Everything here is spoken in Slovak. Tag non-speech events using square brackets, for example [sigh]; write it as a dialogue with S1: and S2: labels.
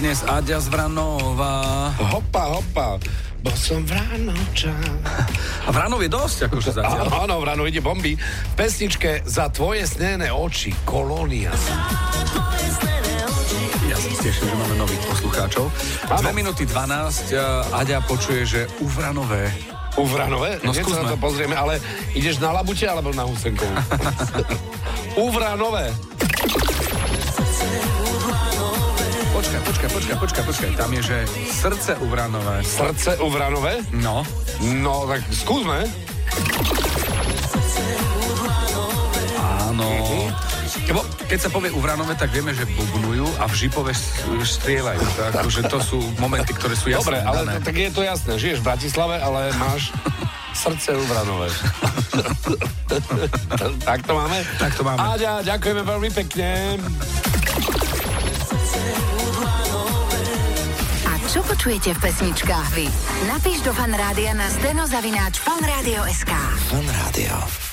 S1: dnes Aďa Zvranová.
S2: Hopa, hopa. Bol som Vranoča.
S1: A Vranov je dosť, akože zatiaľ.
S2: [laughs] Áno, áno, Vrano ide bomby. V pesničke Za tvoje snené oči, kolónia.
S1: Ja sa teším, že máme nových poslucháčov. 2 minúty 12, a Aďa počuje, že u Vranové.
S2: U Vranove?
S1: No,
S2: Hneď sa
S1: skúsme.
S2: na to pozrieme, ale ideš na labute alebo na [laughs] husenkovú? U Vranove.
S1: Počkaj, počkaj, počkaj, počkaj, počkaj. Tam je, že srdce u Vranové.
S2: Srdce u Vranove?
S1: No,
S2: No, tak skúsme.
S1: áno.
S2: Mhm.
S1: Lebo keď sa povie u Vranové, tak vieme, že bubnujú a v Žipove s- strieľajú.
S2: [laughs]
S1: Tak, akože to sú momenty, ktoré sú jasné.
S2: Dobre, ale
S1: dané.
S2: to, tak je to jasné. Žiješ v Bratislave, ale máš srdce u [laughs] Vranove. tak to máme?
S1: Tak to máme.
S2: Áďa, ďakujeme veľmi pekne.
S3: A čo počujete v pesničkách vy? Napíš do fan rádia na steno zavináč fanradio.sk.
S4: Fan Rádio.